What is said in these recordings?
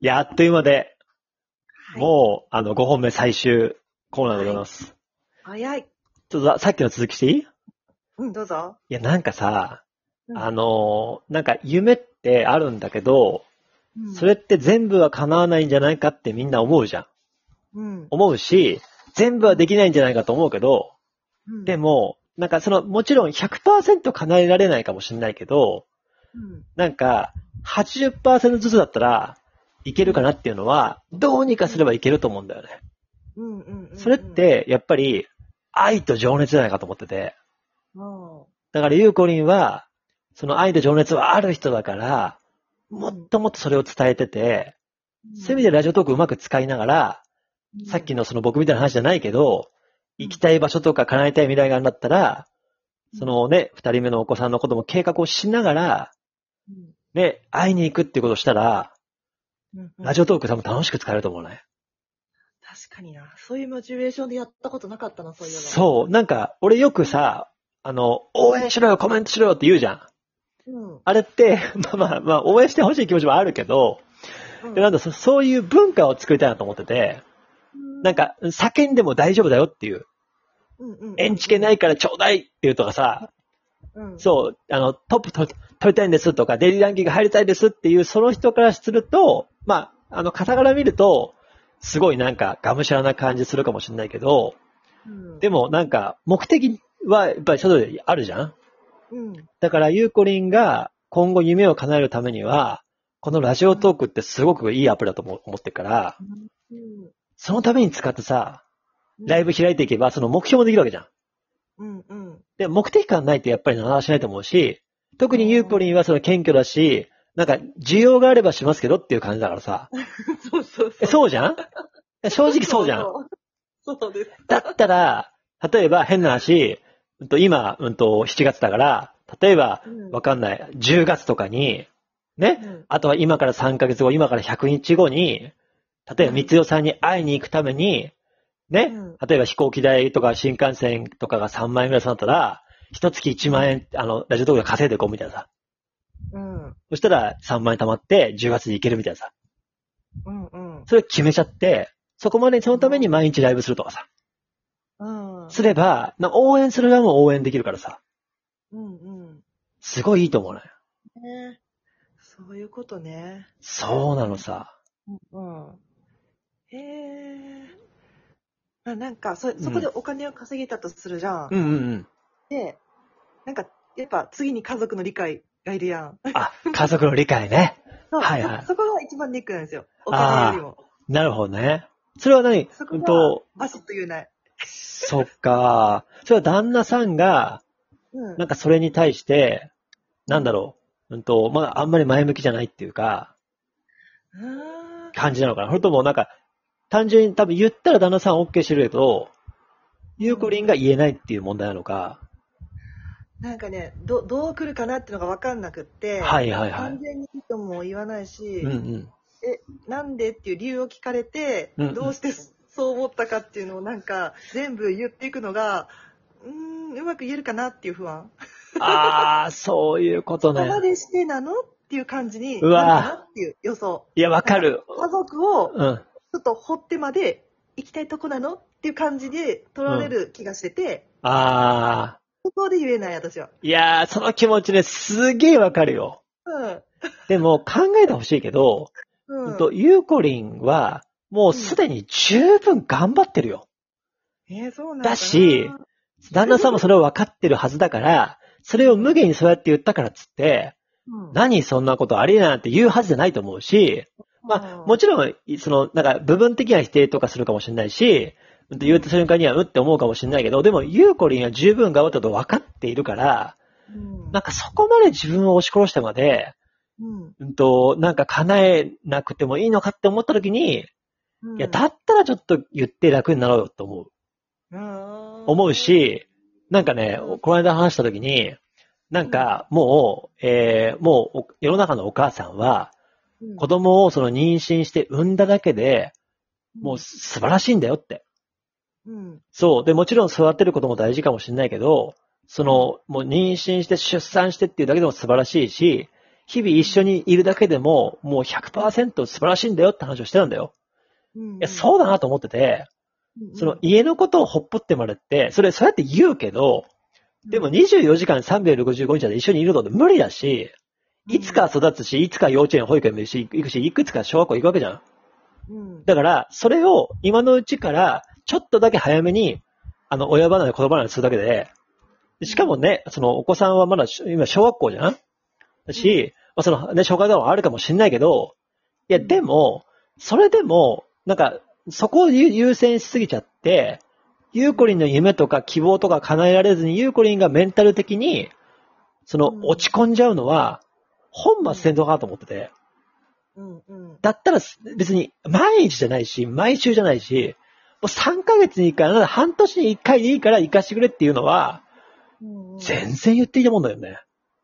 いや、あっという間で、はいもう、あの、5本目最終コーナーでございます。早い。ちょっとささっきの続きしていいいうん、どうぞ。や、なんかさ、うんあのーなんか夢ってあるんだけど、うんそれって全部は叶わないんじゃないかってみんな思うじゃん。うん。思うし、全部はできないんじゃないかと思うけど、うんで、も、なんかその、もちろん100%叶えられないかもしれないけど、うんなんか、80%ずつだったらいけるかなっていうのは、どうにかすればいけると思うんだよね。うんうんうん。それっ、て、やっぱり、愛と情熱じゃないかと思ってて。もだから、ゆうこりんは、その愛と情熱はある人だから、う、もっともっとそれを伝えてて、うん、そういう意味でラジオトークうまく使いながら、うんさっきのその僕みたいな話じゃないけど、行きたい場所とか叶えたい未来があるんだったら、そ、のね、二人目のお子さんのことも計画をしながら、うんね、会いに行くってことをしたら、うんうんラジオトーク多分楽しく使えると思うね。確かにな。そういうモチベーションでやったことなかったな、そういえば。そう、なんか、俺よくさ、あの、応援しろよ、コメントしろよって言うじゃん。う。うん。あれって、 まあまあ、まあ、応援してほしい気持ちもあるけど、うんでなんだそ、そういう文化を作りたいなと思ってて、なん、か、叫んでも大丈夫だよっていう、うんうん、。エンチケないいからちょうだいっていうとかさ、うん。そう、あの、トップ取取りたいんですとか、デイリーランキング入りたいですっていう、その人からすると、まあ、あの、肩から見ると、すごいなんか、がむしゃらな感じするかもしれないけど、うん。でもなんか、目的はやっぱり外であるじゃんうん。だから、ゆうこりんが今後夢を叶えるためには、このラジオトークってすごくいいアプリだと思思ってるから、うん。そのために使ってさ、ライブ開いていけば、その目標もできるわけじゃん。うんうん。で、目的感ないとやっぱりなしないと思うし、特にゆうこりんはその謙虚だし、なんか、需要があればしますけどっていう感じだからさ。そうそうそえう。そうじゃん正直そうじゃん。そう。そうです。だったら、例えば変な話、うんと今、うんと7月だから、例えば、うんわかんない、10月とかに、ね、うんあとは今から3ヶ月後、今から100日後に、例えばうん三代さんに会いに行くために、ねうん、例えば飛行機代とか新幹線とかが3万円ぐらいだったら、一月1万円、あの、ラジオトークで稼いでいこうみたいなさ。うん。そしたら3万円貯まって10月に行けるみたいなさ。うんうん。それ決めちゃって、そこまでにそのために毎日ライブするとかさ。うん。すれば、な応援する側も応援できるからさ。うんうん。すごいいいと思うね。ねそういうことね。そうなのさ。うん。へえ。まあなんかそ、そこでお金を稼げたとするじゃん。うんうんうん。で、なんか、やっぱ次に家族の理解がいるやん。あ、家族の理解ね。そうはいはい そそこが一番ネックなんですよ。お金よりも。なるほどね。それは何そうこんがと、バシッと言えない。そっか。それは旦那さんが、うんなんかそれに対して、なんだろう。うんと、まあ、あんまり前向きじゃないっていうか、う感じなのかな。それともなんか、単純に多分言ったら旦那さん OK してるけど、ゆうこりんが言えないっていう問題なのか。ーん。なんかね、ど、どう来るかなっていうのが分かんなくって。はいはいは完い。全にいいとも言わないし、うんうん。なんでっていう理由を聞かれて、うんどうしてそう思ったかっていうのをなんか全部言っていくのが、うーん、うまく言えるかなっていう不安。あー、そういうことそこまね。でしてなのっていう感じにうなるわかなっていう予想。いや、わかる。家族をちうん。ょっと掘ってまで行きたいとこなのっていう感じで取られる気がしてて、あそこで言えない私は。ー。いやー、その気持ちね、すげーわかるよ。うん。でも、考えてほしいけど、うん。と、ゆうこりんは、もうすでに十分頑張ってるよ。えーそうなんだし旦那さんもそれを分かってるはずだから、それを無限にそうやって言ったからっつって、うん、何そんなことありえないなんて言うはずじゃないと思うし、まあ、もちちろん、その、なんか、部分的な否定とかするかもしれないし、うんと言った瞬間には、うって思うかもしれないけど、でも、ゆうこりんは十分頑張ったと分かっているから、ろんなんかそこまで自分を押し殺してまで、うんうんと、なんか叶えなくてもいいのかって思った時に、うん、いや、だったらちょっと言って楽になろうよと思う。思思う、し、なんかねうん、この間話した時に、なんかもう、えー、もうお世の中のお母さんは、うん子供をその妊娠して産んだだけで、もうう素晴らしいんだよって。ん、そう。で、もちろん育てることも大事かもしれないけど、その、もう妊娠して出産してっていうだけでも素晴らしいし、日々一緒にいるだけでも、もう100%素晴らしいんだよって話をしてたんだよ。うんいや、そうだなと思ってて、うんその家のことをほっぽってもらって、それ、そうやって言うけど、でも、24時間365日で一緒にいるのって無理だし、うんいつか、育つし、いつか幼稚園、保育園も行くし、行くしいくつか小学校行くわけじゃん。うんだから、それを今のうちから、ちょっとだけ早めに、あの、親離れ、子離れするだけで、しかもね、そのお子さんはまだ、し今小学校じゃんだし、まあ、そのね、障害とかもあるかもしんないけど、いや、でも、それでも、なんか、そこを優優先しすぎちゃって、ゆうこりんの夢とか希望とか叶えられずに、ゆうこりんがメンタル的に、そのうん落ち込んじゃうのは、本末転倒かなと思ってて。うんうんだったらす別に毎日じゃないし、毎週じゃないし、もう3ヶ月に1回、なんなら半年に1回でいいから行かしてくれっていうのは、うんうん全然言っていいと思うんだよね。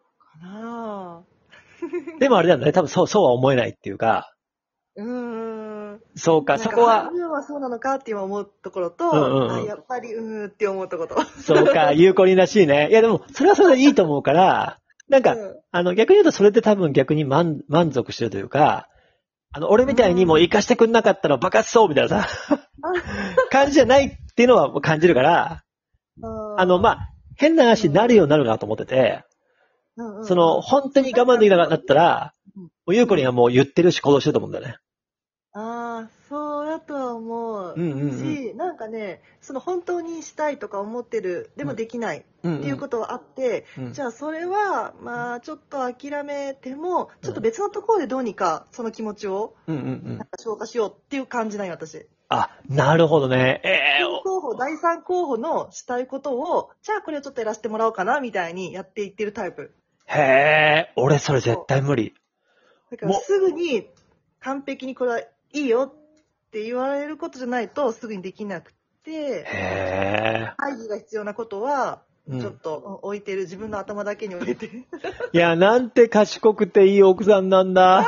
かなぁでもあれなんだね、多分そう、そうは思えないっていうか、うーん。そうなか、んそこは半、分はそうなのかって今思うところと、うんうんうんあやっぱりうーんって思うところと。そう か、有効にらしいね。いやでも、それはそれでいいと思うから、なんか、うんあの、逆に言うとそれで多分逆に満満足してるというか、あの、俺みたいにもう生かしてくんなかったら爆発そうみたいな さ、感じじゃないっていうのは感じるから、あの、まあ、変な話になるようになるなと思ってて、うんうんその、本当に我慢できなかったら、うんもうゆうこりんはもう言ってるし行動してると思うんだよね。ああ、そうだとは思う。うんうんうんし、なんかね、その本当にしたいとか思ってる、でもできないうんっていうことはあって、うんじゃあそれは、まあちょっと諦めても、ちょっと別のところでどうにかその気持ちをうんうんうんなんか消化しようっていう感じなんよ、私。あ、なるほどね。ええお候補、第三候補のしたいことを、じゃあこれをちょっとやらせてもらおうかな、みたいにやっていってるタイプ。へえ、俺それ絶対無理。だからもすぐに完璧にこれはいいよって言われることじゃないとすぐにできなくて、へえ。会議が必要なことは、うちょんっ、と置いてる、自分の頭だけに置いてる。いや、なんて賢くていい奥さんなん だ。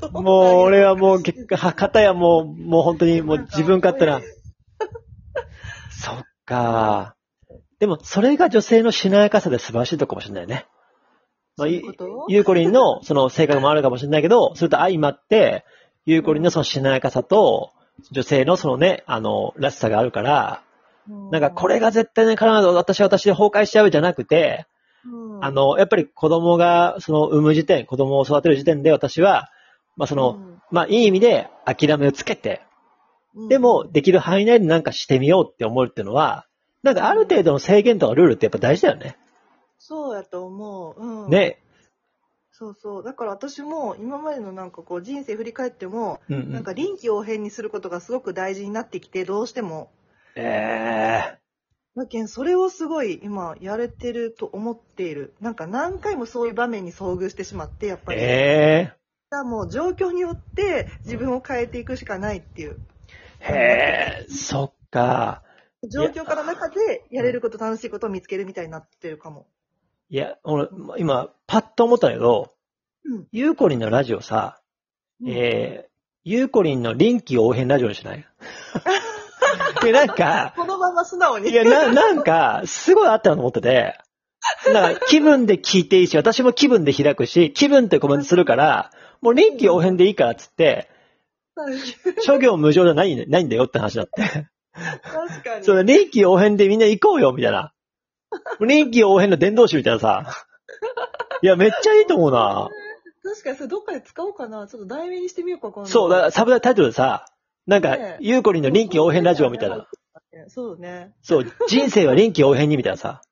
そ うもう、俺はもう、結果、は、方やもう、もう本当に、もう自分勝手な。そっか。でも、それが女性のしなやかさで素晴らしいとこかもしれないね。まあ、そういいうことゆうこりんの、その性格もあるかもしれないけど、それと相まって、ゆうこりんのそのしなやかさと、女性のそのね、あの、らしさがあるから、なんかこれが絶対ね、必ず私は私で崩壊しちゃうじゃなくて、うん、あの、やっぱり子供が、その、産む時点、子供を育てる時点で私は、まあその、まあいい意味で諦めをつけて、うん、でも、できる範囲内でなんかしてみようって思うっていうのは、なんかある程度の制限とかルールってやっぱ大事だよね。そうやと思う。うん、ね。そうそう。だから私も今までのなんかこう人生振り返っても、うん、うなんん。か臨機応変にすることがすごく大事になってきて、どうしても。ええだけん、それをすごい今やれてると思っている。なんか何回もそういう場面に遭遇してしまって、やっぱり。えだからもう状況によって自分を変えていくしかないっていう。えへえ、そっか。状況から中でやれること、楽しいことを見つけるみたいになってるかも。いや、俺、今、パッと思ったんだけど、うんゆうこりんのラジオさ、うんえー、ゆうこりんの臨機応変ラジオにしない いや、なんか、このまま素直に。い や、な、なんか、すごいあったなと思ってて、なんか気分で聞いていいし、私も気分で開くし、気分ってコメントするから、もう臨機応変でいいからっつ って、諸行無常じゃないんだないんだよって話だって。確かに。その臨機応変でみんな行こうよ、みたいな。臨機応変の伝道師みたいなさ。いや、めっちゃいいと思うな。確かに、それどっかで使おうかな。ちょっと題名にしてみようか、今度そう、だからサブタイトルでさ、なんかね、えゆうこりんの臨機応変ラジオみたいな。。そうね。そう、人生は臨機応変にみたいなさ。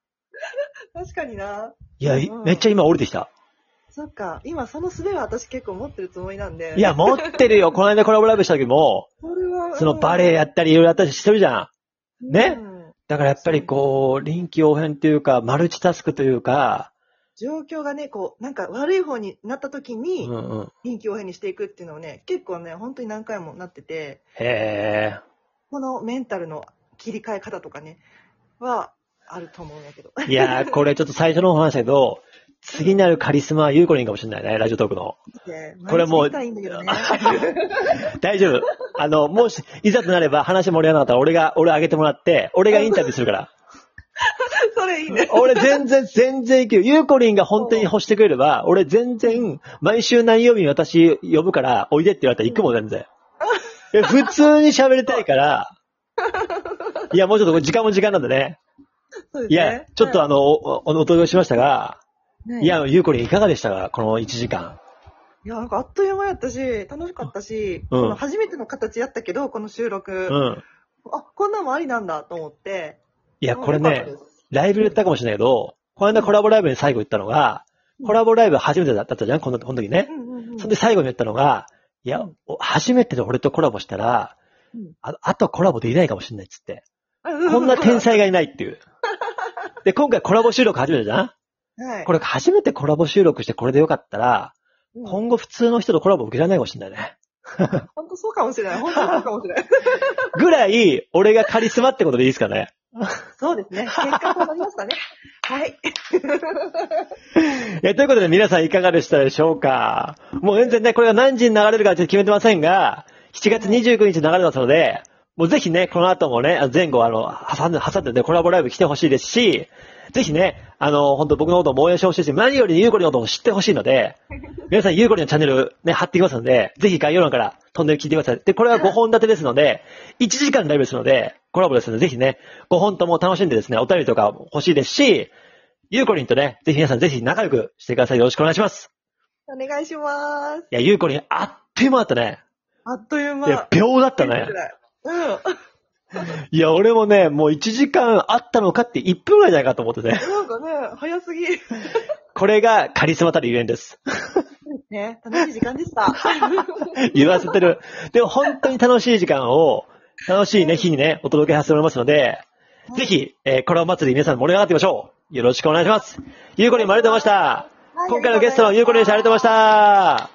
確かにな。いや、いめっちゃ今降りてきた。そっか。今、その術は私結構持ってるつもりなんで。いや、持ってるよ。この間コラボライブした時も、それは、そのバレエエ、やったりいろいろやったりしてるじゃん。ねうんだからやっぱりこう、臨機応変というか、マルチタスクというか、状況がね、こう、なんか悪い方になった時うに、んうん。臨機応変にしていくっていうのをね、結構ね、本当に何回もなってて、へえ。このメンタルの切り替え方とかね、は、あると思うんだけど。 いやー、これちょっと最初のお話だけど、次なるカリスマはユーコリンかもしれないね、ラジオトークの。でこれもう毎日行きたいんだけどね。 大丈夫。あの、もし、いざとなれば話盛り上がらなかったら俺が、俺上げてもらって、俺がインタビューするから。それいいね。俺全然、全然いける。ゆうこりんが本当に欲してくれれば、俺全然、毎週何曜日に私呼ぶから、おいでって言われたら行くもん、全然。え普通に喋りたいから、いや、もうちょっと時間も時間なんでね。そうですねいや、ちょっとあの、お、お、お問い合しましたが、はいいや、や、ゆうこりんいかがでしたかこの1時間。いや、なんかあっという間やったし、楽しかったし、うんこの初めての形やったけど、この収録。うん。あ、こんなんもありなんだと思って。いいや、これね、ライブで言ったかもしれないけど、この間コラボライブに最後言ったのが、コラボライブ初めてだったじゃんこの、この時ねう。んうんうんそんで最後に言ったのが、いやうん、お初めてで俺とコラボしたらうん、ああとコラボできないかもしれないっつって。うこんな天才がいないって いう。で、今回コラボ収録初めてじゃんはい。これ初めてコラボ収録してこれでよかったら、うん今後普通の人とコラボ受けられないかもしれないね。本当そうかもしれない。本当そうかも しれない。ぐらい、俺がカリスマってことでいいですかね。そうですね。結果こうなり ましたね。はい。えということで皆さんいかがでしたでしょうかもう全然ね、これが何時に流れるかちょっと決めてませんが、7月29日に流れますので、もうぜひね、この後もね、前後あの、挟んで、挟んでね、コラボライブ来てほしいですし、ぜひね、あの、本当僕のことも応援してほしいし、何よりゆうこりんのことも知ってほしいので、皆さんゆうこりんのチャンネルね、貼っていきますので、ぜひ概要欄から飛んで聞いてください。で、これは5本立てですので、1時間ライブですので、コラボですので、ぜひね、5本とも楽しんでですね、お便りとか欲しいですし、ゆうこりんとね、ぜひ皆さんぜひ仲良くしてください。よろしくお願いします。お願いします。いや、ゆうこりん、あっという間だったね。あっという間。いや、秒だったねく。らいうん。いや、俺もね、もう1時間あったのかって1分ぐらいじゃないかと思ってね。 なんかね、早すぎ。これがカリスマたるゆえん です。ね、楽しい時間 でした。 言わせてる。でも本当に楽しい時間を、楽しいね、日にね、お届けさせてもらいますので、ぜひ、えーコラボ祭り皆さん盛り上がっていきましょう。よろしくお願いします。ゆうこりんもありがとうございました。今回のゲストのゆうこりんでした。ありがとうございました。